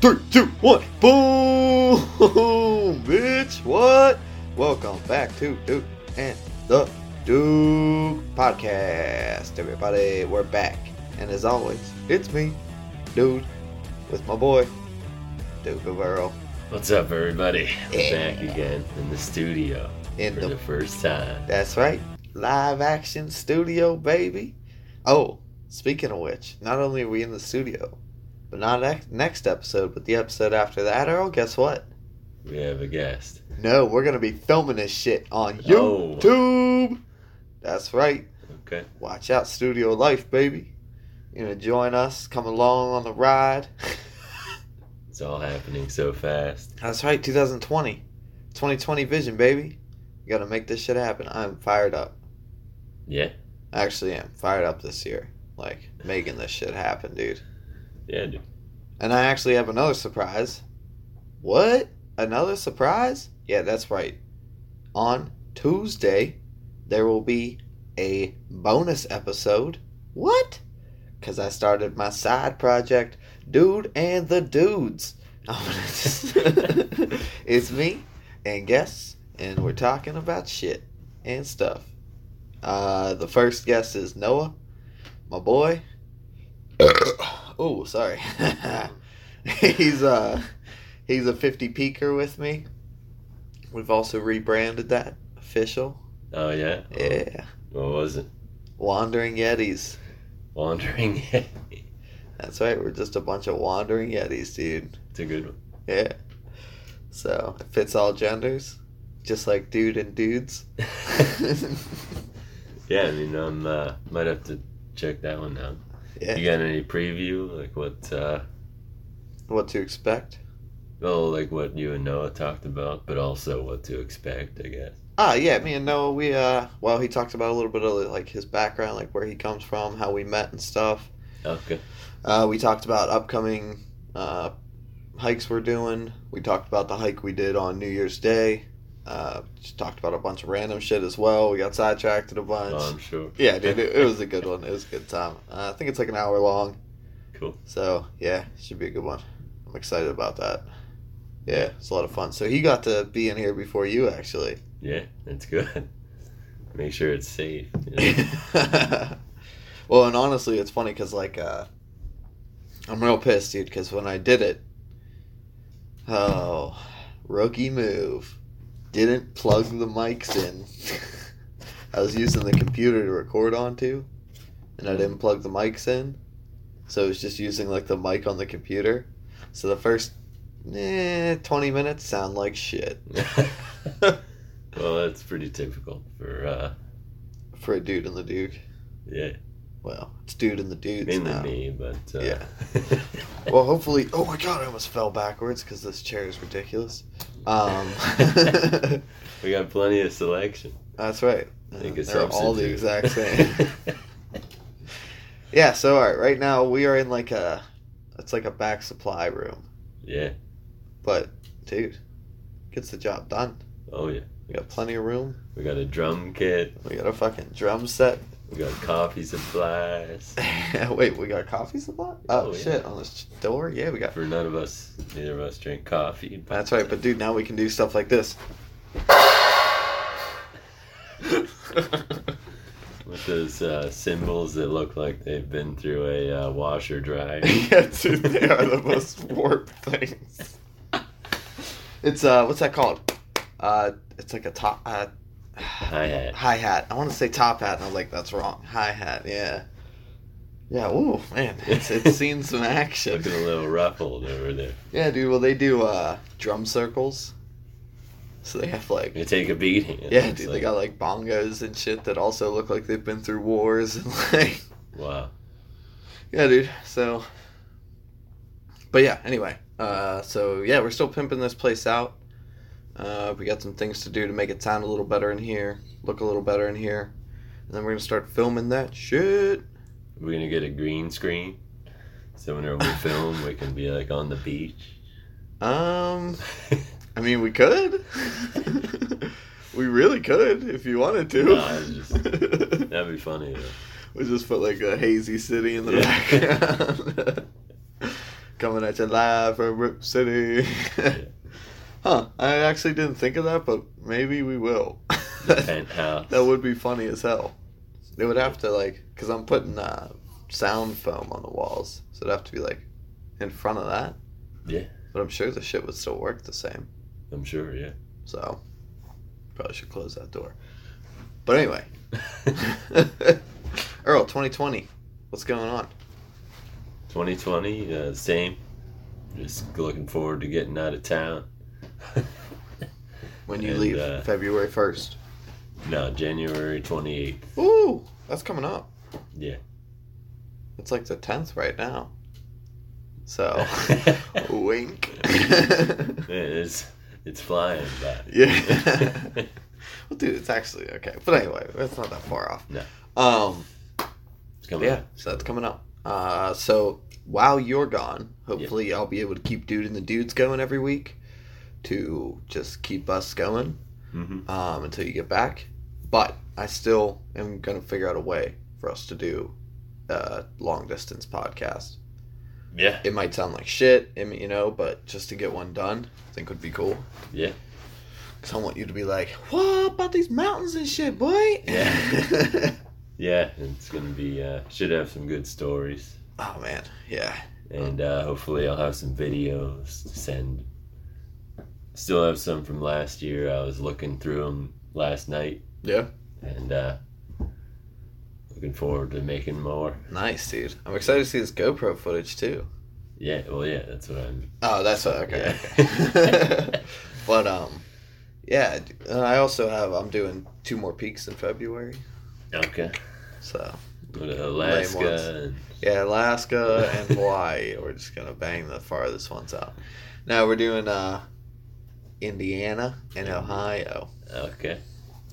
three, two, one, boom, bitch. What? Welcome back to Duke and the Duke podcast, everybody. We're back, and as always, it's me, Dude, with my boy, Duke of Earl, What's up, everybody? We're Yeah. back again in the studio in for the the first time. That's right. Live action studio, baby. Oh, speaking of which, not only are we in the studio, but not next, next episode, but the episode after that, Earl, guess what? We have a guest. No, we're going to be filming this shit on Oh. YouTube. That's right. Okay. Watch out, studio life, baby. You know, join us, come along on the ride. It's all happening so fast. That's right, 2020. 2020 vision, baby. You gotta make this shit happen. I'm fired up. Yeah. Actually, I'm fired up this year. Like, making this shit happen, dude. Yeah, dude. And I actually have another surprise. What? Another surprise? Yeah, that's right. On Tuesday, there will be a bonus episode. What? Because I started my side project, Dude and the Dudes. I'm gonna- it's me and guests, and we're talking about shit and stuff. Uh, the first guest is Noah, my boy. oh, sorry. he's uh he's a 50 peaker with me we've also rebranded that official Oh, yeah? yeah What was it? wandering yetis Wandering Yeti. that's right we're just a bunch of wandering yetis dude It's a good one. yeah so it fits all genders just like dude and dudes yeah, I mean, I'm, uh, might have to check that one out. You yeah got any preview? Like what, uh, what to expect well, like what you and Noah talked about, but also what to expect, I guess. Ah, yeah, me and Noah, we, uh, well, he talked about a little bit of, like, his background, like, where he comes from, how we met and stuff. Okay. Uh, we talked about upcoming uh, hikes we're doing. We talked about the hike we did on New Year's Day. Uh, just talked about a bunch of random shit as well. We got sidetracked a bunch. Oh, I'm sure. yeah, dude, it, it was a good one. It was a good time. Uh, I think it's like an hour long. Cool. So yeah, should be a good one. I'm excited about that. Yeah, it's a lot of fun. So he got to be in here before you actually. Yeah, that's good. Make sure it's safe. you know? well, and honestly, it's funny because like uh, I'm real pissed, dude. Because when I did it, oh, rookie move, didn't plug the mics in. I was using the computer to record onto, and I didn't plug the mics in, so it was just using like the mic on the computer. So the first eh, 20 minutes sound like shit well, that's pretty typical for uh, for a dude and the Duke. yeah, Well, it's dude and the dudes mainly now. me, but uh, Yeah. Well, hopefully. Oh my god, I almost fell backwards because this chair is ridiculous. Um, we got plenty of selection. that's right. Make a Uh, They're all the substitute. exact same. yeah. So, all right. Right now, we are in like a. It's like a back supply room, yeah. but dude, gets the job done. Oh yeah. We got plenty of room. We got a drum kit. We got a fucking drum set. We got coffee supplies Wait, we got coffee supply? Oh, Oh, yeah. shit! On this door, yeah, we got. for none of us. Neither of us drink coffee. but- That's right. But dude, now we can do stuff like this. with those uh, symbols that look like they've been through a uh, washer dryer. yeah, dude, they are the most warped things. It's uh, what's that called? Uh, it's like a top uh, Hi hat. hi hat. I want to say top hat, and I was like, that's wrong. Hi hat, yeah, yeah. Ooh, man, it's it's seen some action. Looking a little ruffled over there. Yeah, dude. Well, they do uh drum circles, so they have like You take a beating. it yeah, looks dude. They like. got like bongos and shit that also look like they've been through wars and like Wow. Yeah, dude. So, but yeah. Anyway, uh, so yeah, we're still pimping this place out. Uh, we got some things to do to make it sound a little better in here, look a little better in here, and then we're gonna start filming that shit. We're gonna get a green screen, so whenever we film, we can be like on the beach. Um, I mean, we could. we really could if you wanted to. Nah, it's That'd be funny. Though. we just put like a hazy city in the Yeah. background. Coming at you live from Rip City. huh, I actually didn't think of that, but maybe we will. that penthouse. would be funny as hell. It would have to, like, because I'm putting uh, sound foam on the walls, so it'd have to be, like, in front of that. Yeah. But I'm sure the shit would still work the same. I'm sure, yeah. So probably should close that door. But anyway, Earl, 2020, what's going on? 2020, uh, same. Just looking forward to getting out of town. When you And, leave uh, February 1st. no, January 28th. Ooh, that's coming up. Yeah. It's like the 10th right now. So, wink. it's it's flying by. Yeah. well, dude, it's actually okay. But anyway, it's not that far off. No. Um, it's coming. yeah, up. so that's coming up. Uh, so while you're gone, hopefully I'll be able to keep dude and the dudes going every week to just keep us going Mhm. um, until you get back. But I still am gonna figure out a way for us to do a long distance podcast. Yeah. It might sound like shit, I mean, you know, but just to get one done, I think would be cool. Yeah. Cause I want you to be like, "What about these mountains and shit, boy?" Yeah. Yeah. It's gonna be. Uh, should have some good stories, oh man, yeah. and uh, hopefully I'll have some videos to send. Still have some from last year. I was looking through them last night, Yeah. and uh, looking forward to making more. Nice, dude. I'm excited to see this GoPro footage too. Yeah. Well, yeah. That's what I'm. Oh, that's what, okay. Yeah. okay. but um, yeah. d- And I also have I'm doing two more peaks in February, Okay. so Go to Alaska. And, yeah, Alaska and Hawaii. We're just gonna bang the farthest ones out. Now we're doing uh, Indiana and Ohio. okay.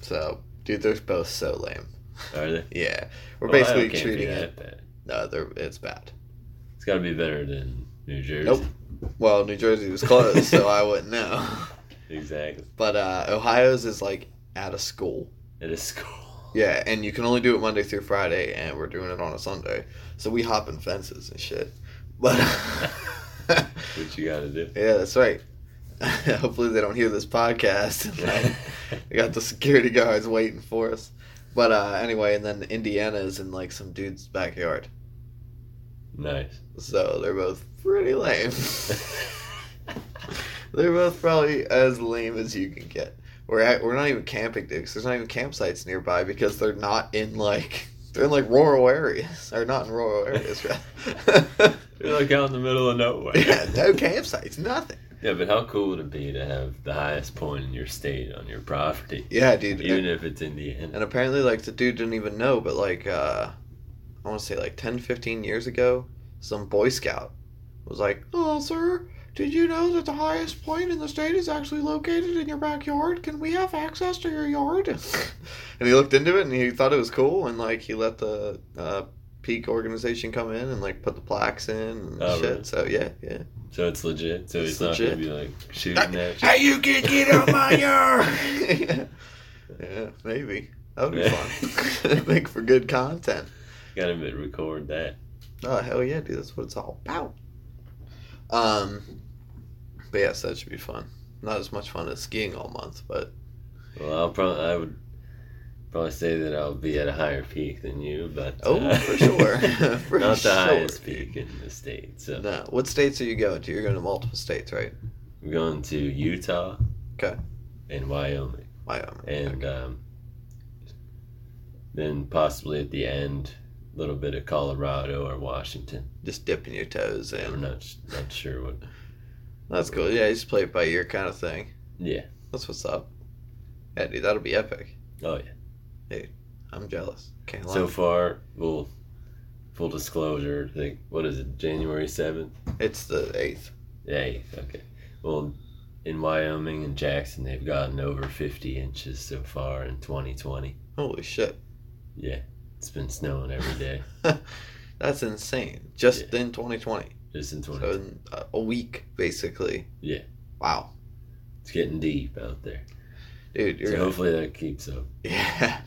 So, dude, they're both so lame. Are they? Yeah, we're Ohio basically can't be treating that it. bad. No, they're it's bad. It's got to be better than New Jersey. Nope. Well, New Jersey was closed, so I wouldn't know. Exactly. But uh, Ohio's is like out of school. It is cool. Yeah, and you can only do it Monday through Friday, and we're doing it on a Sunday. So we hop in fences and shit. But yeah, What you got to do. that's right. Hopefully they don't hear this podcast. Like, we got the security guards waiting for us. But uh, anyway, and then Indiana's in like some dude's backyard, nice. so they're both pretty lame. they're both probably as lame as you can get. We're at, we're not even camping, dude. 'cause there's not even campsites nearby because they're not in like they're in like rural areas. They're not in rural areas, rather. You're like out in the middle of nowhere. yeah, no campsites, nothing. Yeah, but how cool would it be to have the highest point in your state on your property, Yeah, dude. even and, if it's Indiana? and apparently, like the dude didn't even know, but like uh, I want to say like 10, 15 years ago, some Boy Scout was like, "Oh, sir." Did you know that the highest point in the state is actually located in your backyard? Can we have access to your yard? and he looked into it and he thought it was cool and like he let the uh, peak organization come in and like put the plaques in and Oh, shit really? so yeah yeah So it's legit. So It's it's, not gonna legit. be like shooting at you. hey you can get on my yard yeah. maybe that would be Yeah. fun make for good content Got to record that. oh hell yeah dude that's what it's all about um but yes that should be fun not as much fun as skiing all month but Well, I'll probably I would probably say that I'll be at a higher peak than you, but uh, Oh, for sure. For not the sure, highest dude. peak in the state. So no what states are you going to you're going to multiple states right I'm going to Utah, Okay. and Wyoming. wyoming and um, then possibly at the end a little bit of Colorado or Washington. just dipping your toes in I'm not not sure what. That's cool. Yeah, you just play it by ear kind of thing. Yeah. That's what's up. Yeah, dude, that'll be epic. Oh yeah. I'm jealous. Can't lie. So far, well, full disclosure. I think what is it? January seventh. it's the eighth. Yeah. eighth, Okay. Well, in Wyoming and Jackson, they've gotten over fifty inches so far in 2020. Holy shit. Yeah. It's been snowing every day That's insane. Just in 2020. just in 20. So in uh, a week, basically. Yeah. Wow. it's getting deep out there. Dude, you're So gonna- hopefully that keeps up. yeah.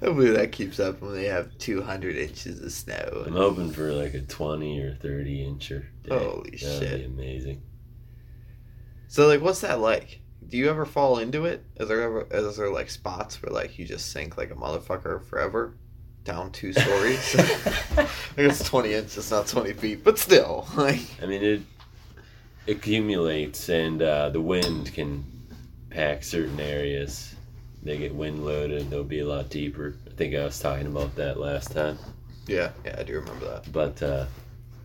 Hopefully that keeps up when they have 200 inches of snow. I'm hoping for like a 20 or 30 incher. Day. Holy That'd shit. be amazing. So like, what's that like? Do you ever fall into it? Is there ever is there like spots where like you just sink like a motherfucker forever, down two stories? I guess twenty inches, it's not twenty feet, but still, like I mean, it accumulates, and uh, the wind can pack certain areas. They get wind loaded, they'll be a lot deeper. I think I was talking about that last time. yeah, yeah, I do remember that. But uh,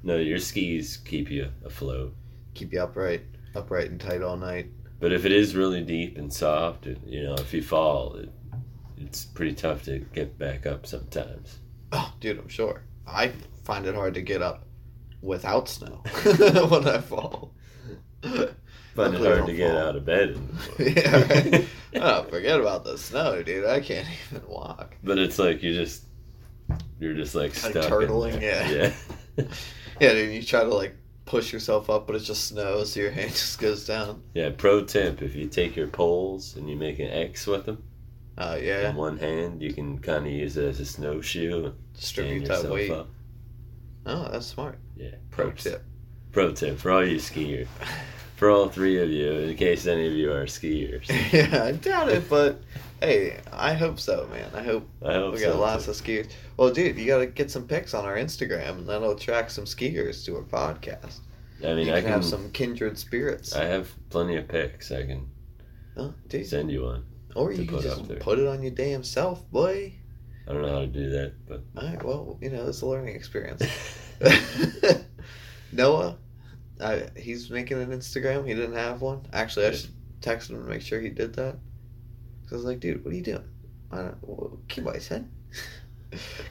no, your skis keep you afloat. Keep you upright, upright and tight all night. But if it is really deep and soft, it, you know, if you fall, it, it's pretty tough to get back up sometimes. Oh, dude, I'm sure. I find it hard to get up without snow when I fall. Find it Luckily, I hard don't to get fall. out of bed. in the morning. yeah, right. Oh, forget about the snow, dude. I can't even walk. But it's like you just you're just like Like stuck in turtling, yeah. there. Yeah. Yeah, dude, you try to like push yourself up, but it's just snow, so your hand just goes down. Yeah, pro tip, if you take your poles and you make an X with them Oh in yeah, one hand, you can kind of use it as a snowshoe and strip stand you that yourself weight. up. Oh, that's smart. Yeah, Pro tips. tip. Pro tip for all you skiers. For all three of you, in case any of you are skiers. yeah, I doubt it, but hey, I hope so, man. I hope I hope we got so, lots too. of skiers. Well, dude, you got to get some pics on our Instagram, and that'll attract some skiers to our podcast. I mean, you I can, can. have some kindred spirits. I have plenty of pics. I can Huh, dude. send you one. Or to you can put just up there. put it on your damn self, boy. I don't know how to do that, but All right, well, you know, it's a learning experience. Noah, I, he's making an Instagram. He didn't have one. Actually, I just texted him to make sure he did that. 'Cause I was like, dude, what are you doing? I don't, well, keep my son.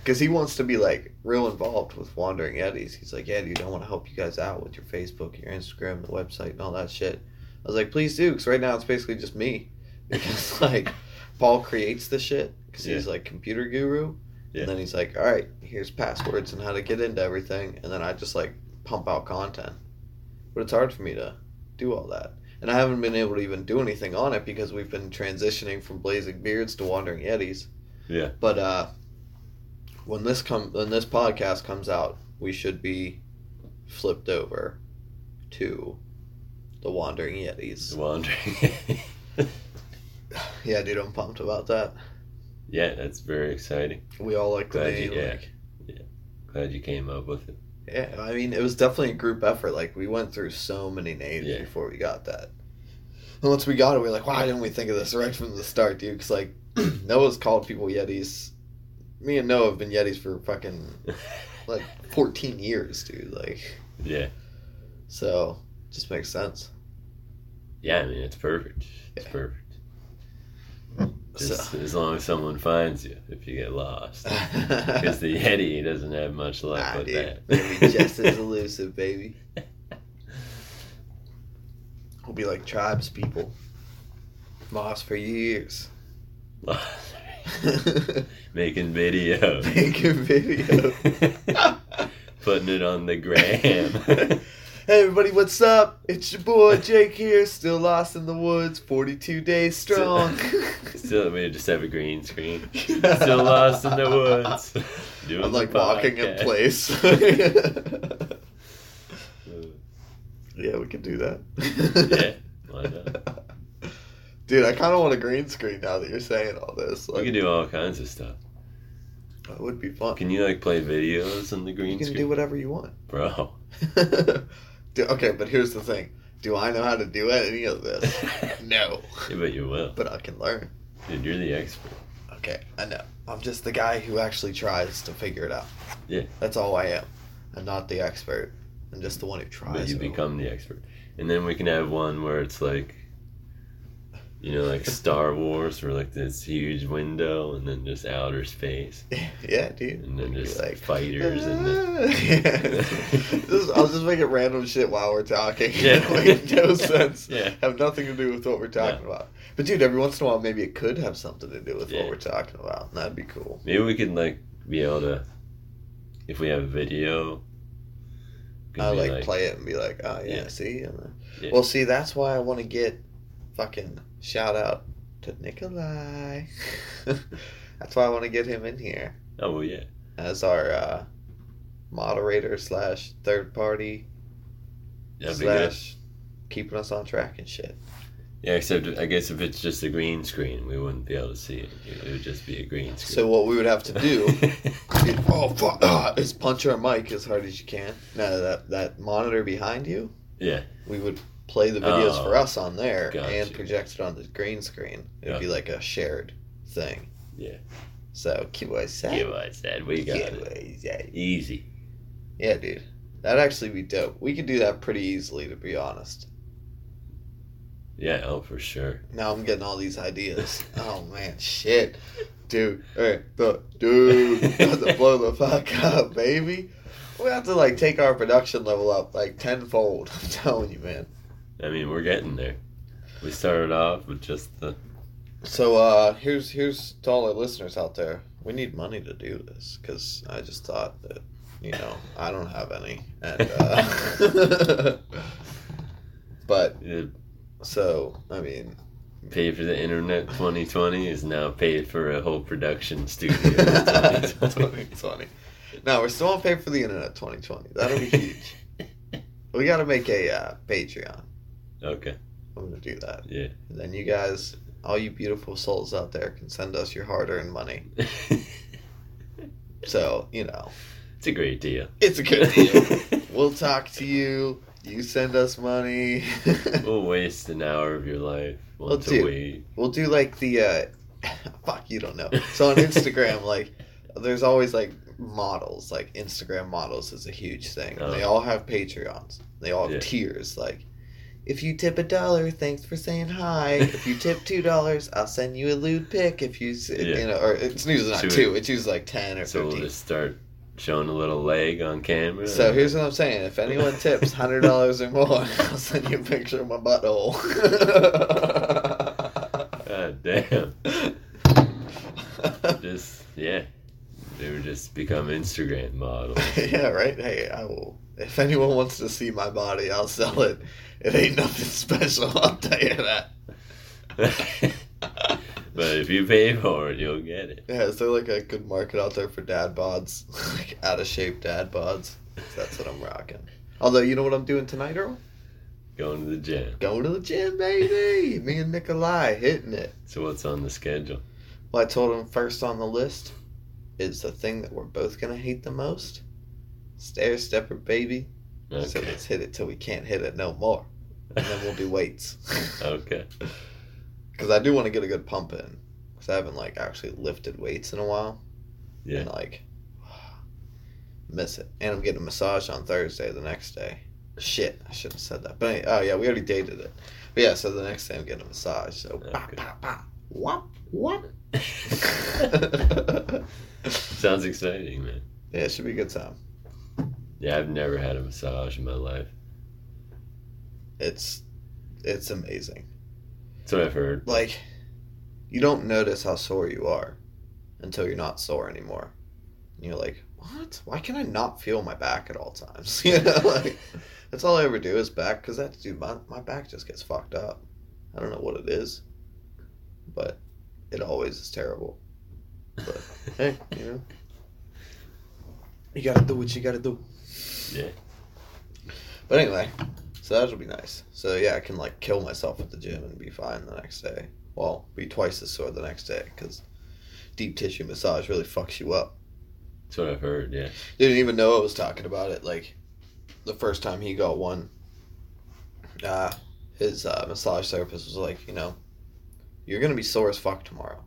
Because he wants to be like real involved with Wandering Yetis. He's like, yeah, dude, I want to help you guys out with your Facebook, your Instagram, the website, and all that shit. I was like, please do, because right now it's basically just me. Because like, Paul creates the shit because he's like computer guru. Yeah. And then he's like, all right, here's passwords and how to get into everything. And then I just like pump out content. But it's hard for me to do all that. And I haven't been able to even do anything on it because we've been transitioning from Blazing Beards to Wandering Yetis. Yeah. But uh, when this come when this podcast comes out, we should be flipped over to the Wandering Yetis. wandering. Yeah, dude, I'm pumped about that. yeah, that's very exciting. We all like the Glad you- name. yeah. like- Glad you came up with it. Yeah, I mean, it was definitely a group effort. Like, we went through so many names Yeah. before we got that. And once we got it, we were like, why didn't we think of this right from the start, dude? Because, like, Noah's called people Yetis. Me and Noah have been Yetis for fucking, like, 14 years, dude. Like, Yeah. so, just makes sense. Yeah, I mean, it's perfect. It's Yeah. perfect. So, Just as long as someone finds you if you get lost. Because the Yeti doesn't have much luck nah, with dude. that. They'll be just as elusive, baby. We'll be like tribes people. Lost for years. Making videos. Make a video. Putting it on the gram. Hey everybody, what's up? It's your boy Jake here, still lost in the woods, 42 days strong. Still, we just have a green screen. Still lost in the woods. Doing I'm like the walking in podcast. place. yeah, we can do yeah, that. why not? Dude, I kind of want a green screen now that you're saying all this. We Like, can do all kinds of stuff. that would be fun. Can you like play videos on the green you can screen, do whatever you want. bro? Do- okay, but here's the thing. Do I know how to do any of this? yeah, no. but you will, But I can learn. dude. You're the expert. Okay, I know. I'm just the guy who actually tries to figure it out. Yeah. That's all I am. I'm not the expert. I'm just the one who tries. But you it. become the expert, and then we can have one where it's like, you know, like Star Wars, where like this huge window, and then just outer space, yeah, dude. and then You're just like, fighters, and the, Yeah. This- I'll just make it random shit while we're talking. Yeah. like, no sense. Yeah. Have nothing to do with what we're talking about. But dude, every once in a while, maybe it could have something to do with Yeah. what we're talking about. And that'd be cool. maybe we can like be able to, if we have video, we can I Uh, be like, play it and be like, oh yeah, Yeah. see. And then- Yeah. Well, see, that's why I want to get fucking shout out to Nikolai. That's why I want to get him in here Oh well, yeah. as our uh, moderator slash third party That'd be good. slash keeping us on track and shit. Yeah, except I guess if it's just a green screen, we wouldn't be able to see it. It would just be a green screen. So what we would have to do oh fuck ah, is punch our mic as hard as you can. No, that that monitor behind you. yeah. We would play the videos Oh, for us on there gotcha. and project it on the green screen. It'd be like a shared thing. Yeah. So QSA. Give us that. We got it. QSA. Easy. Yeah, dude. That'd actually be dope. We could do that pretty easily, to be honest. Yeah. Oh, for sure. Now I'm getting all these ideas. oh man, shit, dude. Hey, the dude, got to blow the fuck up, baby. We have to like take our production level up like tenfold. I'm telling you, man. I mean, we're getting there. We started off with just the So uh, here's here's to all our listeners out there. We need money to do this because I just thought that you know I don't have any, and uh, but uh, so I mean pay for the internet. 2020 is now paid for a whole production studio. in 2020. 2020. No, we're still on pay for the internet 2020. That'll be huge. we got to make a uh, Patreon. okay. I'm going to do that. Yeah. And then you guys, all you beautiful souls out there, can send us your hard earned money. it's So, you know, a great deal. it's a good deal. we'll talk to you. You send us money. we'll waste an hour of your life once dude. a week. we'll do like the. Uh, fuck, you don't know. So on Instagram, like, there's always like models like instagram models is a huge thing and they Oh. all have patreons they all have Yeah. tiers like if you tip a dollar thanks for saying hi if you tip two dollars i'll send you a lewd pic if you s Yeah. you know or it's usually not So it- two it's usually like 10 or So we'll 15 just start showing a little leg on camera. so here's what i'm saying if anyone tips hundred dollars or more i'll send you a picture of my butthole God damn. just yeah. They would just become Instagram models. yeah, right. Hey, I will. If anyone wants to see my body, I'll sell it. It ain't nothing special. I'll tell you that. but if you pay for it, you'll get it. Yeah, is there like a good market out there for dad bods? like out of shape dad bods? 'Cause That's what I'm rocking. Although you know what I'm doing tonight, Earl? Going to the gym. Going to the gym, baby. Me and Nikolai hitting it. So what's on the schedule? Well, I told him first on the list is the thing that we're both gonna hate the most. Stair stepper, baby. So Okay. let's hit it till we can't hit it no more, and then we'll do weights. okay. because I do want to get a good pump in because I haven't like actually lifted weights in a while. Yeah. And like miss it, and I'm getting a massage on Thursday the next day. Shit, I shouldn't have said that. But any- oh yeah, we already dated it. But yeah, so the next day I'm getting a massage. So pa Okay. pa pa, wop wop. Sounds exciting, man. yeah, it should be a good time. Yeah, I've never had a massage in my life. It's it's amazing. That's what I've heard. like you don't notice how sore you are until you're not sore anymore. And you're like, what? Why can I not feel my back at all times? You know, like that's all I ever do is back because that's dude, my my back just gets fucked up. I don't know what it is, but it always is terrible. But hey, you know, you gotta do what you gotta do. Yeah. But anyway, so that'll be nice. So yeah, I can like kill myself at the gym and be fine the next day. Well, be twice as sore the next day because deep tissue massage really fucks you up. That's what I've heard, yeah. Didn't even know I was talking about it. Like the first time he got one, uh, his uh, massage therapist was like, you know, you're gonna be sore as fuck tomorrow.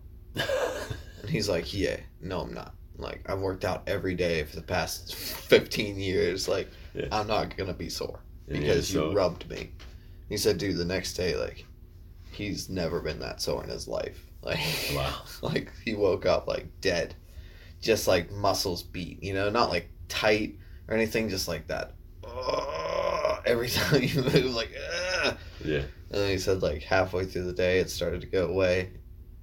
And he's like, yeah, no, I'm not. Like I've worked out every day for the past 15 years. Like Yeah. I'm not gonna be sore And because yeah, so- you rubbed me. He said, dude, the next day, like, he's never been that sore in his life. Like, Wow. like he woke up like dead, just like muscles beat. You know, not like tight or anything, just like that. Ugh, every time you move, like, ugh. Yeah. and then he said, like halfway through the day, it started to go away,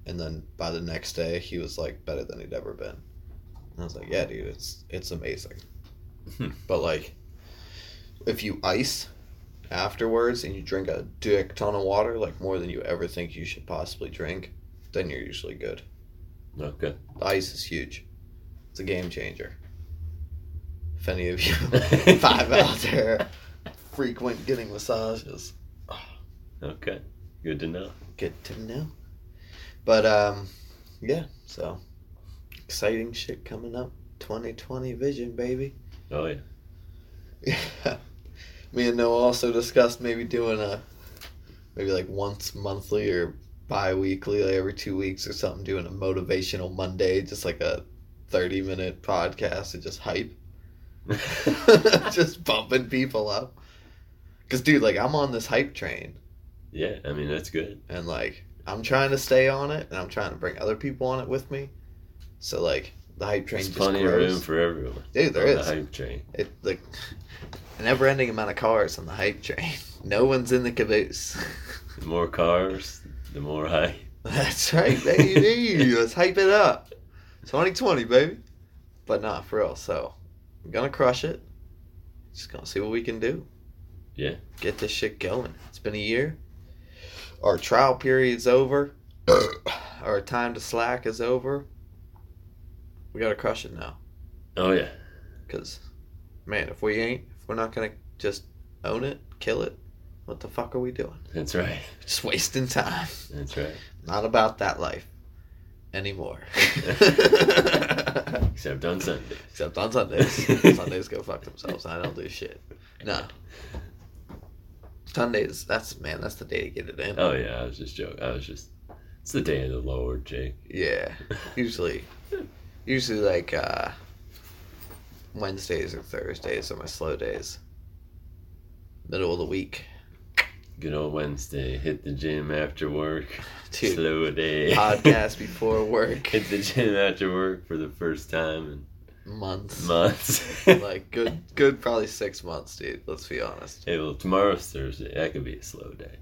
and then by the next day, he was like better than he'd ever been. And I was like, yeah, dude, it's it's amazing. Hmm. But like, if you ice afterwards and you drink a dick ton of water, like more than you ever think you should possibly drink, then you're usually good. Okay. The ice is huge. It's a game changer. If any of you five out there frequent getting massages, Okay. Good to know. good to know. But um, yeah, so exciting shit coming up. 2020 vision, baby. Oh yeah. Yeah. Me and Noah also discussed maybe doing a maybe like once monthly or bi weekly, like every two weeks or something, doing a motivational Monday, just like a 30 minute podcast and just hype. just bumping people up. Because, dude, like, I'm on this hype train yeah, I mean that's good. and like I'm trying to stay on it and I'm trying to bring other people on it with me. So like the hype train There's just plenty of grows. room for everyone. Dude, there on is. The hype train. It like a never ending amount of cars on the hype train. No one's in the caboose. The more cars, the more hype. That's right, baby. Let's hype it up. 2020, baby. But not for real. So we're gonna crush it. Just gonna see what we can do. Yeah. Get this shit going. It's been a year. Our trial period's over. Our time to slack is over. We gotta crush it now. Oh yeah. Cause, man, if we ain't, if we're not gonna just own it, kill it, what the fuck are we doing? That's right. Just wasting time. That's right. Not about that life anymore. Except on Sunday. Except on Sundays. Sundays go fuck themselves. I don't do shit. No. Sundays. That's man. That's the day to get it in. Oh yeah, I was just joking. I was just. It's the day of the Lord, Jake. Yeah. Usually, usually like uh, Wednesdays or Thursdays are my slow days. Middle of the week. Good old Wednesday. Hit the gym after work. Dude, Slow day. podcast before work. Hit the gym after work for the first time Months. in months. Like good, good. Probably six months, dude. Let's be honest. hey, well, tomorrow's Thursday. That could be a slow day.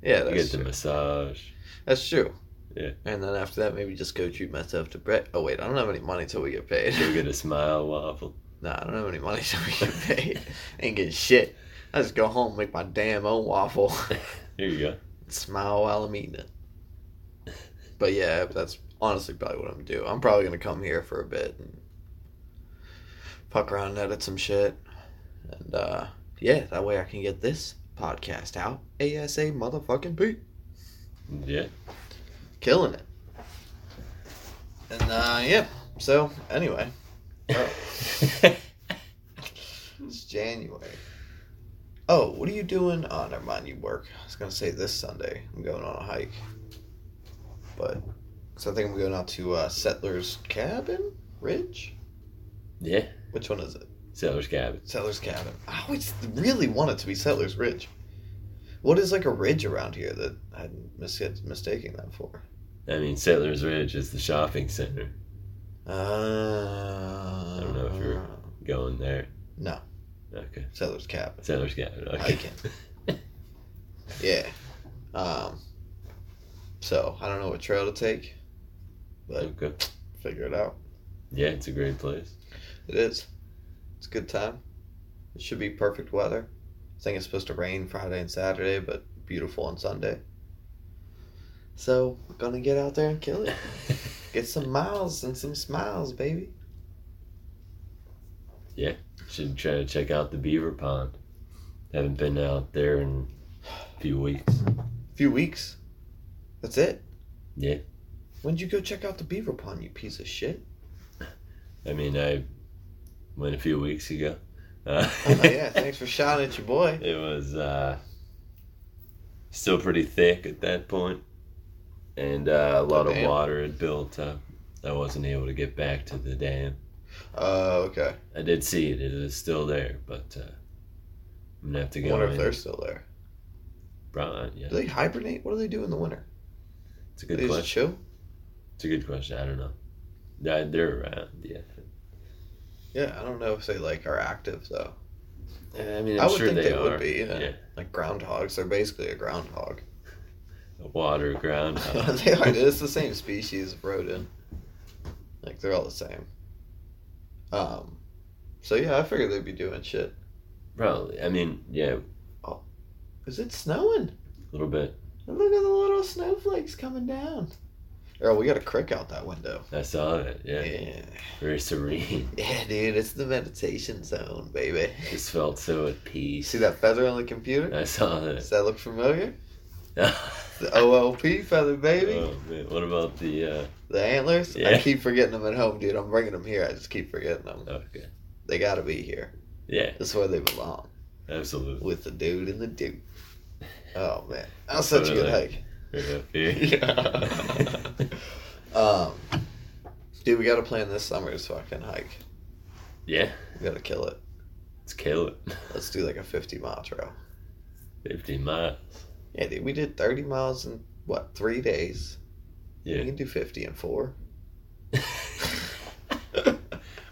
Yeah, You get that's the true. massage. That's true. Yeah. And then after that, maybe just go treat myself to bread. Oh wait, I don't have any money till we get paid. You get a smile waffle. nah, I don't have any money till we get paid. Ain't getting shit. I just go home, make my damn own waffle. Here you go. smile while I'm eating it. But yeah, that's honestly probably what I'm gonna do. I'm probably gonna come here for a bit and fuck around and edit some shit. And uh yeah, that way I can get this podcast out. ASA motherfucking Pete. Yeah. Killing it. And uh yeah. So anyway, Oh. it's January. Oh, what are you doing? Oh, never mind. You work. I was gonna say this Sunday. I'm going on a hike, but so I think I'm going out to uh, Settlers Cabin Ridge. yeah. Which one is it? Seller's cabin. Settlers Cabin. I always really want it to be Settlers Ridge. What is like a ridge around here that I'm mis- mistaking that for? I mean, Settlers Ridge is the shopping center. Uh, don't know if you're- Going there. No, Okay. Settlers Cabin. Settlers cabin. Okay. Hiking. Yeah. Um. So I don't know what trail to take, but okay. figure it out. Yeah, it's a great place. It is. It's a good time. It should be perfect weather. I think it's supposed to rain Friday and Saturday, but beautiful on Sunday. So we're gonna get out there and kill it. Get some miles and some smiles, baby. Should try to check out the beaver pond. Haven't been out there in a few weeks. few weeks. That's it. Yeah. When'd you go check out the beaver pond, you piece of shit? I mean, I went a few weeks ago. Uh, Oh yeah, thanks for shouting at your boy. It was uh, still pretty thick at that point, and uh, a lot of Damn. water had built up. I wasn't able to get back to the dam. Oh, okay. I did see it; it is still there, but uh, I'm gonna have to I go. wonder if in. they're still there. Brian, yeah, Do they hibernate? What do they do in the winter? it's a Do good they just question. chill? It's a good question. I don't know. They're, they're around, yeah. Yeah, I don't know if they like are active though. I mean, I I'm would sure think they, they would are. be, yeah. yeah. Like groundhogs, they're basically a groundhog. A water uh, groundhog. they are. It's the same species of rodent. Like they're all the same. Um, so yeah, I figured they'd be doing shit. Probably. I mean, yeah, a Is it snowing? little bit. And Look at the little snowflakes coming down. Earl, we got a crick out that window. I saw that. Yeah. Yeah. Very serene. Yeah, dude, it's the meditation zone, baby. Just felt so at You peace. see that feather on the computer? I saw Does that. that look familiar? The oh, OLP feather, baby. man. What about the. Uh, The antlers. I Yeah. keep forgetting them at home, dude. I'm bringing them here. I just keep forgetting them. okay. They gotta be here. Yeah, That's where they belong. absolutely. With the dude and the dude. Oh man, that was such a good Totally. hike. Right up here. Yeah. Um, dude, we gotta plan this summer's fucking hike. yeah, We gotta kill it. let's kill it. Let's do like a 50 mile trail. 50 miles. Yeah, dude, we did 30 miles in what, three days? We Yeah. can do 50 in four.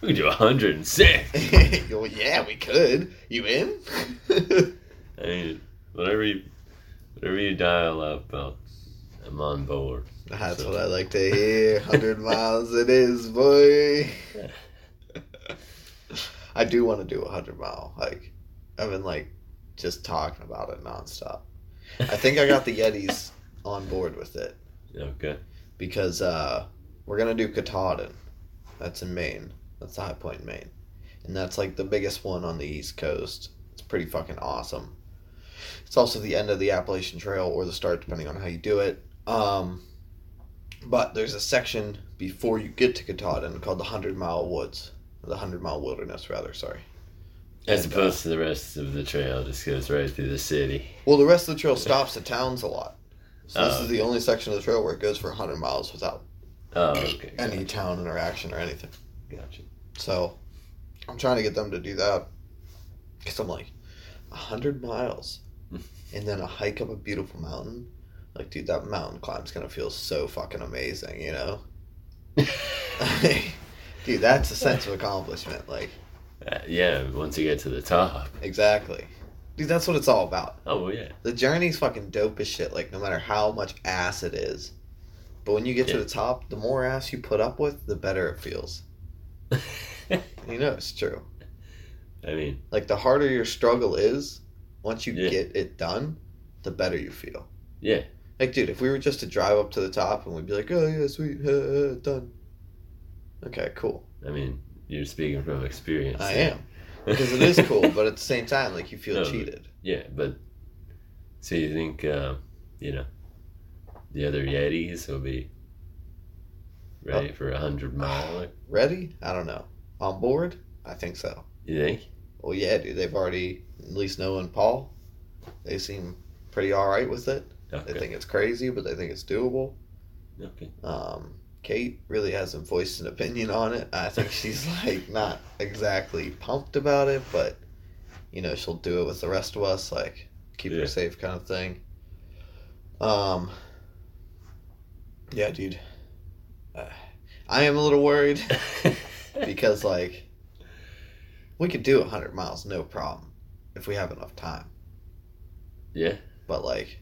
We can do 106. well, yeah, we could. You in? I mean, whatever you, whatever you dial up, I'll, I'm on board. That's what I like to hear. 100 miles it is, boy. I do want to do a 100 mile hike. I've been like just talking about it nonstop. I think I got the Yetis on board with it Okay. because uh, we're going to do Katahdin. That's in Maine. That's the high point in Maine. And that's like the biggest one on the East Coast. It's pretty fucking awesome. It's also the end of the Appalachian Trail or the start, depending on how you do it. Um, but there's a section before you get to Katahdin called the Hundred Mile Woods, the Hundred Mile Wilderness, rather. Sorry. As And, uh, opposed to the rest of the trail, just goes right through the city. Well, the rest of the trail stops at towns a lot. So this Oh. is the only section of the trail where it goes for 100 miles without Oh, okay. any town interaction or anything. Gotcha. So I'm trying to get them to do that because I'm like, 100 miles and then a hike up a beautiful mountain. Like, dude, that mountain climb's going to feel so fucking amazing, you know? dude, that's a sense of accomplishment. Like, Uh, yeah, once you get to the top. exactly. Dude, that's what it's all about. Oh, yeah. The journey's fucking dope as shit, like, no matter how much ass it is. But when you get to Yeah. the top, the more ass you put up with, the better it feels. You know, it's true. I mean, Like the harder your struggle is, once you Yeah. get it done, the better you feel. yeah. Like, dude, if we were just to drive up to the top and we'd be like, "Oh yeah, sweet, uh, uh, done." Okay, cool. I mean, you're speaking from experience. I am because it is cool, but at the same time, like you feel No. cheated. Yeah, but so you think uh, you know the other Yetis will be ready for a hundred miler? Ready? I don't know. On board? I think so. You think? Well, yeah, dude, they've already at least Noah and Paul, they seem pretty all right with it. They Okay. think it's crazy, but they think it's doable. Okay. Um, Kate really hasn't voiced an opinion on it. I think she's like not exactly pumped about it, but you know she'll do it with the rest of us, like keep Yeah. her safe kind of thing. Um, yeah, dude, uh, I am a little worried because like we could do hundred miles no problem if we have enough time, yeah. but like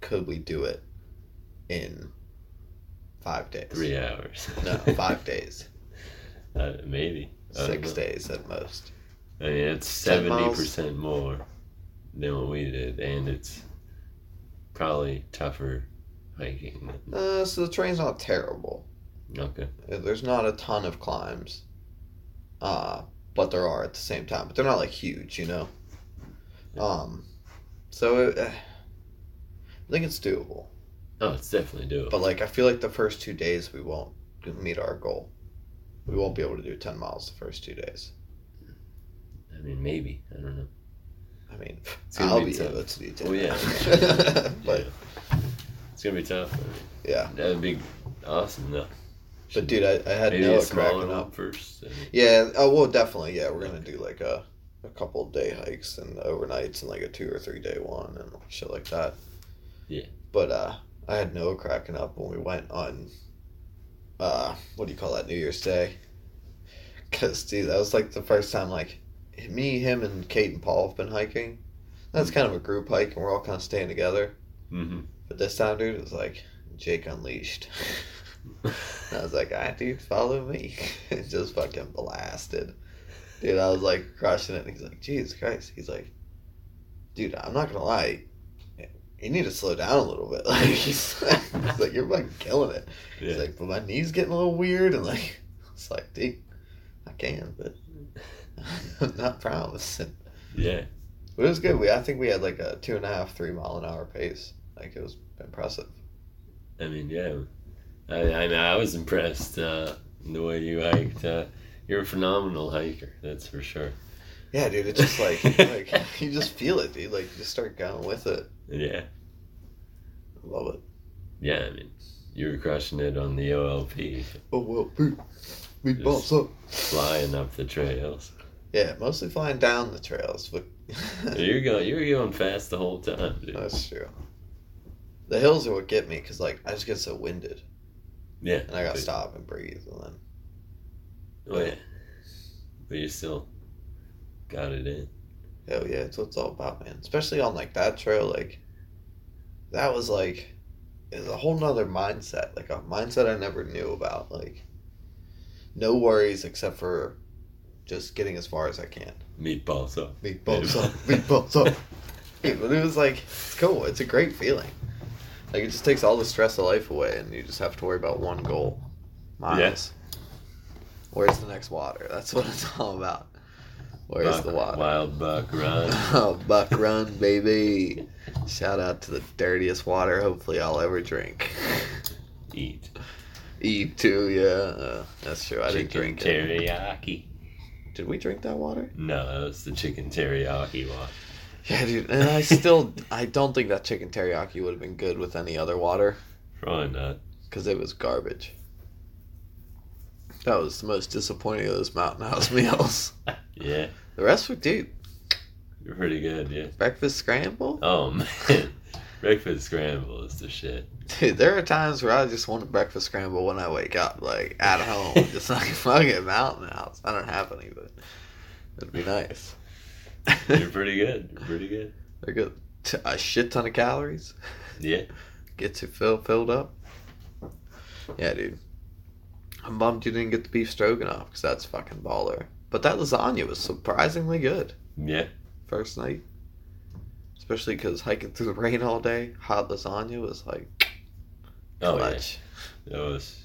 could we do it in five days? Three hours. No, five days, Uh, maybe. I don't six know. days at most. I mean, it's Ten seventy miles. percent more than what we did, and it's probably tougher hiking. Uh, so the train's not terrible. Okay. There's not a ton of climbs, uh, but there are at the same time. But they're not like huge, you know. Um, so it, uh, I think it's doable. Oh, it's definitely doable. But like, I feel like the first two days we won't meet our goal. We won't be able to do ten miles the first two days. I mean, maybe. I don't know. I mean, It's gonna I'll be be tough. able to do ten. Well, yeah. yeah. but Yeah. it's gonna be tough. I mean, yeah, That'd be awesome though. but dude, I, I had Maybe Noah a smaller cracking up. one first. I mean, Yeah. Oh well, definitely. Yeah, we're gonna do like a a couple day hikes and overnights and like a two or three day one and shit like that. Yeah. But uh, I had Noah cracking up when we went on. Uh, what do you call that? New Year's Day. Cause dude, that was like the first time like me, him, and Kate and Paul have been hiking. That's kind of a group hike, and we're all kind of staying together. But this time, dude, it was like Jake Unleashed. mhm. I was like, I dude, follow me. and just fucking blasted. Dude, I was like crushing it. And he's like, Jesus Christ. He's like, dude, I'm not going to lie. you need to slow down a little bit. Like he's, he's like, you're fucking killing it. He's Yeah. like, but my knee's getting a little weird, and like, it's like, dude, I can, but I'm not promising. yeah. But it was good. We I think we had like a two and a half, three mile an hour pace. Like it was impressive. I mean, yeah. I, I mean, I was impressed uh, the way you hiked. Uh, you're a phenomenal hiker, that's for sure. Yeah, dude. It's just like like you just feel it, dude. Like you just start going with it. Yeah. Love it. Yeah, I mean, you were crushing it on the OLP, Oh well, we- we Just- bumps up. flying up the trails. Yeah, mostly flying down the trails, but You're going, you're going fast the whole time, dude. that's true. The hills are what get me because like I just get so winded yeah. and I gotta but- stop and breathe and then Oh, yeah. But you still got it in. hell yeah, it's what it's all about, man. Especially on like that trail, like that was like is a whole nother mindset, like a mindset I never knew about. Like no worries except for just getting as far as I can. Meatballs up. Big bumps up, big bumps up. Yeah, but it was like it's cool. It's a great feeling. Like it just takes all the stress of life away, and you just have to worry about one goal. Miles. Yes. Where's the next water? That's what it's all about. Where's Buck- the water? Wild buck run. Oh, Buck Run, baby! Shout out to the dirtiest water. Hopefully, I'll ever drink. Eat. Eat too, yeah. Uh, that's true. I didn't Chicken drink it. teriyaki. Did we drink that water? No, that was the chicken teriyaki one. Yeah, dude. And I still, I don't think that chicken teriyaki would have been good with any other water. Probably not. because it was garbage. That was the most disappointing of those Mountain House meals. Yeah, The rest were, dude, you're pretty good. Yeah. breakfast scramble. Oh man, breakfast scramble is the shit. Dude, there are times where I just want a breakfast scramble when I wake up, like at home. just like fucking Mountain House. I don't have any, but it'd be nice. You're pretty good. You're pretty good. They're good. T- A shit ton of calories. Yeah. Gets you fill, filled up. Yeah, dude. I'm bummed you didn't get the beef stroganoff because that's fucking baller. But that lasagna was surprisingly good. Yeah. first night. Especially because hiking through the rain all day, hot lasagna was like Oh yeah. clutch. That was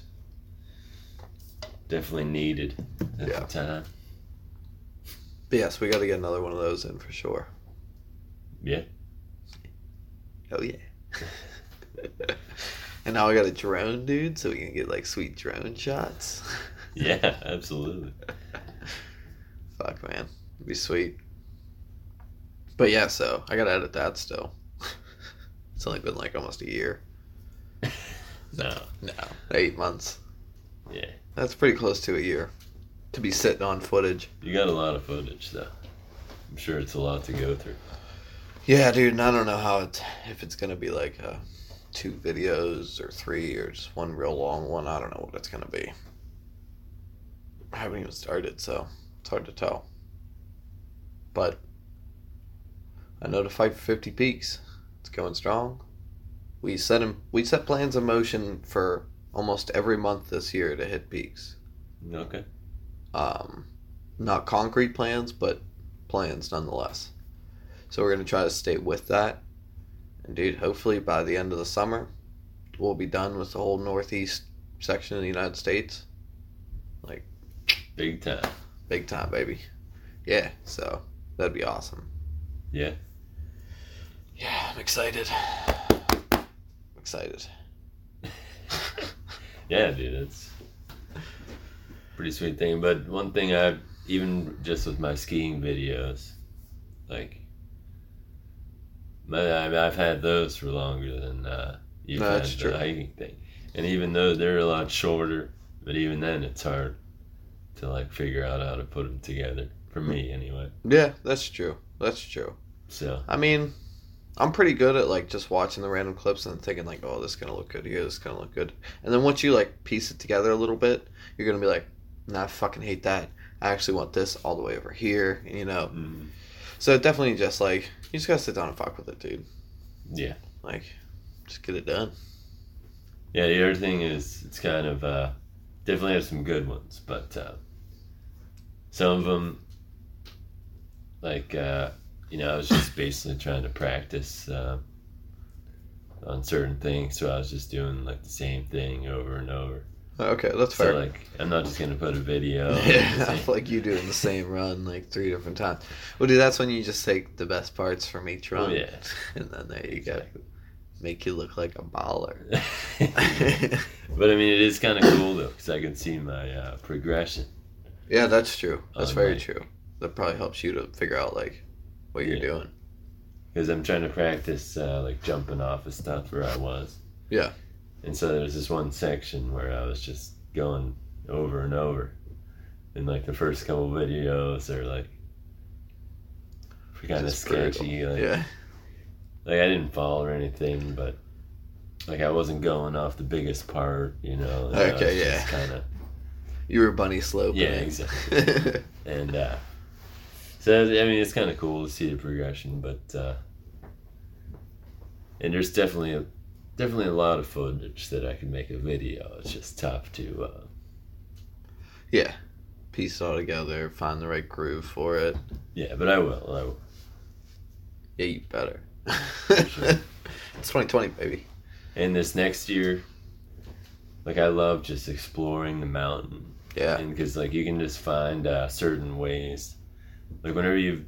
definitely needed at Yeah. the time. But yes, we got to get another one of those in for sure. Yeah. Oh yeah. and now I got a drone, dude, so we can get like sweet drone shots. Yeah. Absolutely. Fuck, man, It'd be sweet. But yeah, so I gotta edit that still. it's only been like almost a year. No. No, eight months. Yeah. That's pretty close to a year to be sitting on footage. You got a lot of footage though. I'm sure it's a lot to go through. Yeah, dude, and I don't know how it's if it's gonna be like uh, two videos or three or just one real long one. I don't know what it's gonna be. I haven't even started, so it's hard to tell. But I know to fight for fifty peaks. It's going strong. We set 'em- we set plans in motion for almost every month this year to hit peaks. Okay. Um, not concrete plans, but plans nonetheless. So we're going to try to stay with that. And, dude, hopefully by the end of the summer, we'll be done with the whole Northeast section of the United States. Big time. Big time, baby. Yeah, so that'd be awesome. Yeah. Yeah, I'm excited. Excited. Yeah, dude, that's pretty sweet thing. But one thing I even just with my skiing videos, like my, I mean, I've had those for longer than uh, you've No, had that's the true. hiking thing, and even though they're a lot shorter, but even then it's hard to like figure out how to put them together for Hmm. me anyway. Yeah, that's true. That's true. So I mean, I'm pretty good at like just watching the random clips and thinking like, oh, this is gonna look good here, this is gonna look good, and then once you like piece it together a little bit, you're gonna be like, nah, I fucking hate that. I actually want this all the way over here, you know. mm, So definitely just like you just gotta sit down and fuck with it, dude. yeah, Like, just get it done. yeah. The other thing is it's kind of uh, definitely have some good ones, but uh, some of them like uh, you know i was just basically trying to practice uh, on certain things, so I was just doing like the same thing over and over. Okay, that's So fair. like, uh, I'm not just gonna put a video. yeah, I feel like you doing the same run like three different times. Well, dude, that's when you just take the best parts from each Oh, run. yeah. And then there you go. Make you look like a baller. but I mean, it is kind of cool though, because I can see my uh, progression. yeah, that's true. That's Oh, very nice. true. That probably helps you to figure out like what you're Yeah. doing. because I'm trying to practice uh, like jumping off of stuff where I was. Yeah. And so there was this one section where I was just going over and over, in like the first couple videos are like kind of Just brutal. sketchy. Like, Yeah. like I didn't fall or anything, but like I wasn't going off the biggest part, you know. and I Okay, was yeah. just Kind of You were bunny sloping. yeah, it. exactly. And uh, so I mean, it's kind of cool to see the progression, but uh, and there's definitely a definitely a lot of footage that I could make a video. It's just tough to uh, yeah. Piece it all together, find the right groove for it. yeah, but I will. I will. Yeah, you better. Sure. it's 2020, baby. And this next year, like I love just exploring the mountain, Yeah. and because like you can just find uh, certain ways, like whenever you've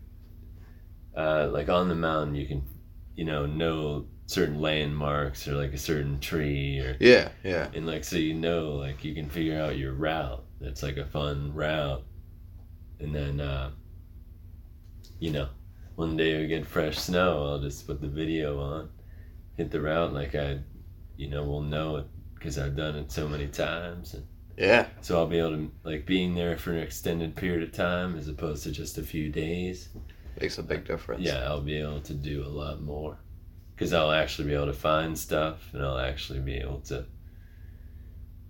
uh, like on the mountain, you can you know know certain landmarks or like a certain tree or Yeah, yeah. and like so you know like you can figure out your route that's like a fun route and then uh you know one day we get fresh snow i'll just put the video on hit the route like i you know will know it because i've done it so many times and Yeah. so i'll be able to like being there for an extended period of time as opposed to just a few days Makes a big difference. yeah i'll be able to do a lot more because i'll actually be able to find stuff and i'll actually be able to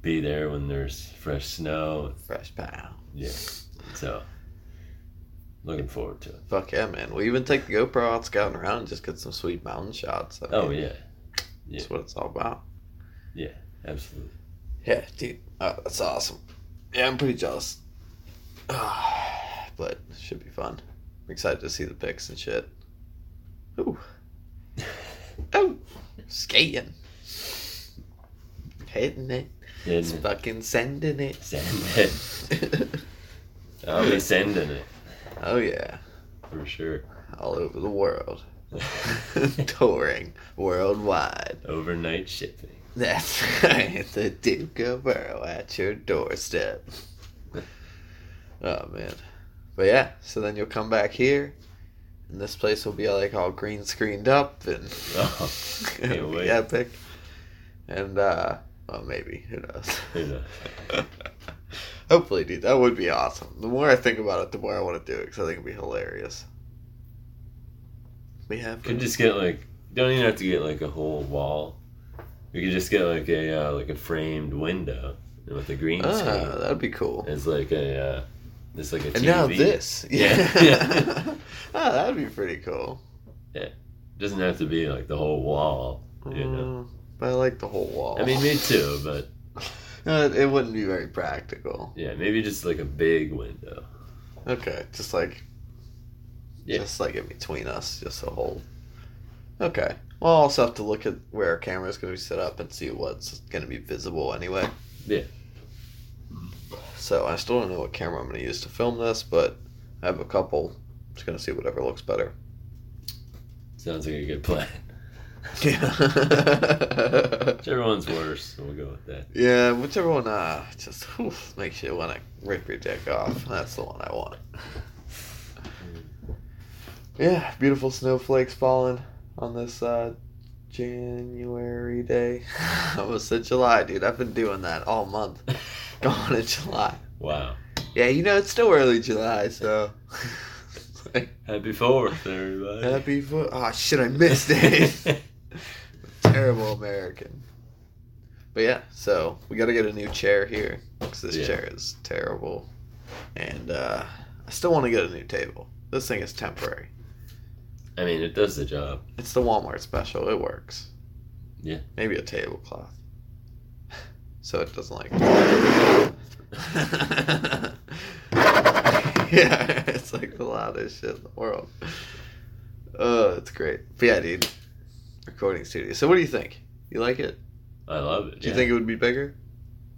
be there when there's fresh snow Fresh pow. yeah so looking forward to it Fuck yeah, man. We'll even take the GoPro out scouting around and just get some sweet mountain shots. I oh mean, yeah That's what it's all about. absolutely Yeah, dude. Oh, that's awesome. Yeah, I'm pretty jealous. Ah, but it should be fun. I'm excited to see the pics and shit. Ooh. oh. Skating. Hitting it. and Fucking sending it. send it i'll be sending it oh, yeah. for sure All over the world. Touring worldwide. overnight shipping That's right, the Duke of Burrow at your doorstep. oh man, but yeah. So then you'll come back here, and this place will be like all green screened up and oh it'll be wait. epic. And uh, well, maybe who knows? you know. Hopefully, dude, that would be awesome. The more I think about it, the more I want to do it because I think it'd be hilarious. We have Could just get like don't even have to get like a whole wall. We could just get like a uh, like a framed window with a green ah, screen. that'd be cool. It's like a uh, it's like a TV. And now this. Yeah. oh, that'd be pretty cool. doesn't have to be like the whole wall. You know. Mm, But I like the whole wall. I mean, me too. But No, it, it wouldn't be very practical. yeah, maybe just like a big window. Okay, just like, Yeah. just like in between us, just a whole. Okay. Well, I'll also have to look at where our camera's going to be set up and see what's going to be visible anyway. Mm, Yeah. So I still don't know what camera I'm going to use to film this, but I have a couple. Just going to see whatever looks better. Sounds like a good plan. Yeah. Whichever one's worse, we'll go with that. Yeah, whichever one uh, just oof, makes you want to rip your dick off. That's the one I want. yeah, beautiful snowflakes falling on this uh, January day. I almost said July, dude. I've been doing that all month. Going to July. Wow. Yeah, you know, it's still early July, so. like, Happy Fourth, everybody. happy foot. Oh, shit, I missed it. terrible American. But yeah, so we got to get a new chair here because this Yeah. chair is terrible, and uh, I still want to get a new table. This thing is temporary. I mean, it does the job. It's the Walmart special. It works. Yeah. Maybe a tablecloth, so it doesn't like. yeah, it's like the loudest shit in the world. Oh, it's great. But yeah, dude, I recording studio. So what do you think? You like it? I love it. Do you yeah. think it would be bigger?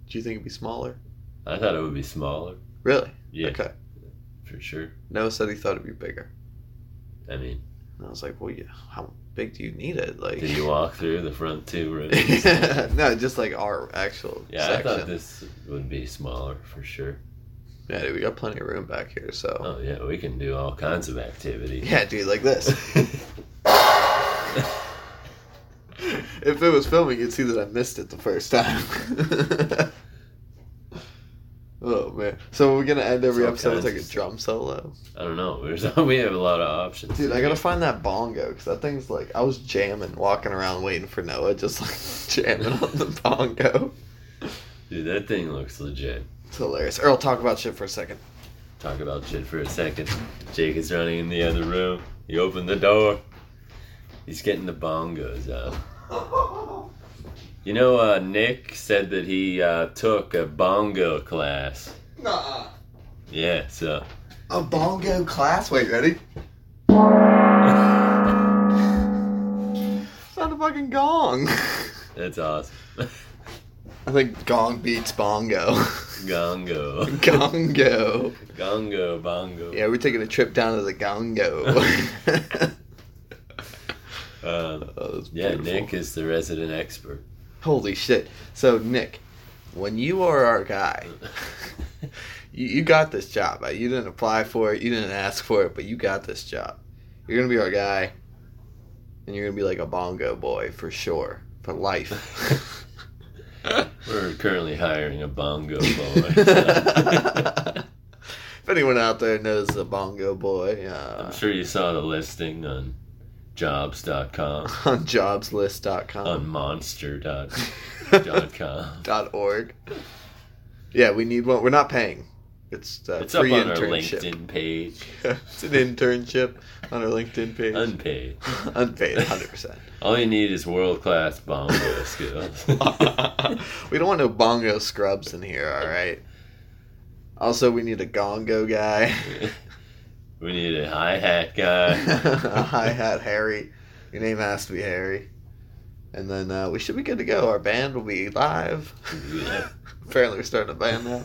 Do you think it'd be smaller? I thought it would be smaller. Really? Yeah, Okay. for sure. Noah said he thought it'd be bigger. I mean, And I was like, well, yeah, how big do you need it? Like, did you walk through the front two rooms? no, just like our actual Yeah, I section. thought this would be smaller for sure. Yeah, dude, we got plenty of room back here. So Oh yeah, we can do all kinds of activities. yeah, dude, like this. if it was filming, you'd see that I missed it the first time. oh man! So we're gonna end every It's all episode with like a kinds of drum solo. I don't know. There's we have a lot of options. Dude, I gotta find that bongo because that thing's like I was jamming, walking around waiting for Noah, just like jamming on the bongo. Dude, that thing looks legit. It's hilarious. Earl, talk about shit for a second. Talk about shit for a second. Jake is running in the other room. He opened the door. He's getting the bongos out. You know, uh, Nick said that he uh, took a bongo class. Nah, Yeah, so a bongo class. Wait, ready? It's not a fucking gong. that's awesome. I think gong beats bongo. Gongo. Gongo. Gongo, bongo. Yeah, we're taking a trip down to the gongo. Um, Oh, that's yeah, beautiful. Nick is the resident expert. Holy shit. So, Nick, when you are our guy, you, you got this job. right? You didn't apply for it, you didn't ask for it, but you got this job. You're going to be our guy, and you're going to be like a bongo boy for sure, for life. We're currently hiring a bongo boy. if anyone out there knows the bongo boy I'm uh, sure you saw the listing on jobs.com, on jobslist.com. on monster.com. dot org. Yeah, we need one. We're not paying. It's uh, It's up free on our internship. LinkedIn page. it's an internship on our LinkedIn page. Unpaid. Unpaid, hundred percent. All you need is world class bongo skills. We don't want no bongo scrubs in here. All right. Also, we need a gongo guy, we need a hi hat guy. a hi hat Harry. Your name has to be Harry. And then uh, we should be good to go. Our band will be live. Yeah. Apparently, we're starting a band now.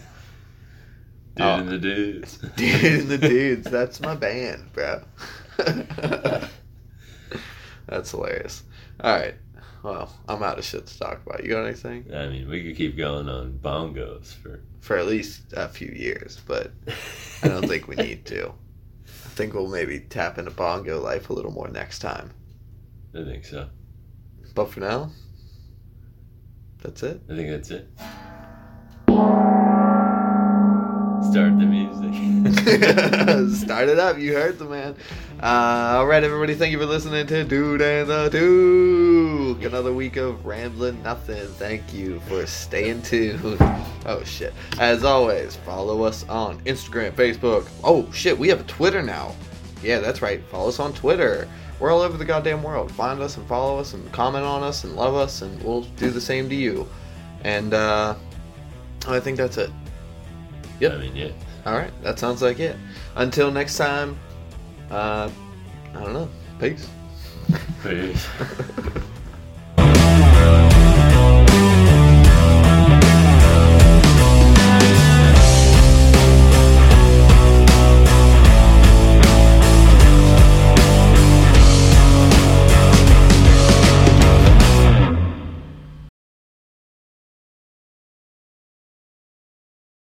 Dude and the dudes. Dude and the Dudes. That's my band, bro. that's hilarious. All right. Well, I'm out of shit to talk about. You got anything? I mean, we could keep going on bongos for. For at least a few years, but I don't think we need to. I think we'll maybe tap into Bongo life a little more next time. I think so. But for now, that's it. I think that's it. Start the music. Start it up. You heard the man. Uh, all right, everybody. Thank you for listening to Dude and the Duke. Another week of rambling nothing. Thank you for staying tuned. Oh shit. As always, follow us on Instagram, Facebook. Oh shit, we have a Twitter now. Yeah, that's right. Follow us on Twitter. We're all over the goddamn world. Find us and follow us and comment on us and love us and we'll do the same to you. And uh, I think that's it. Yep. I mean, yeah. All right, that sounds like it. Until next time, uh, I don't know. Peace. Peace.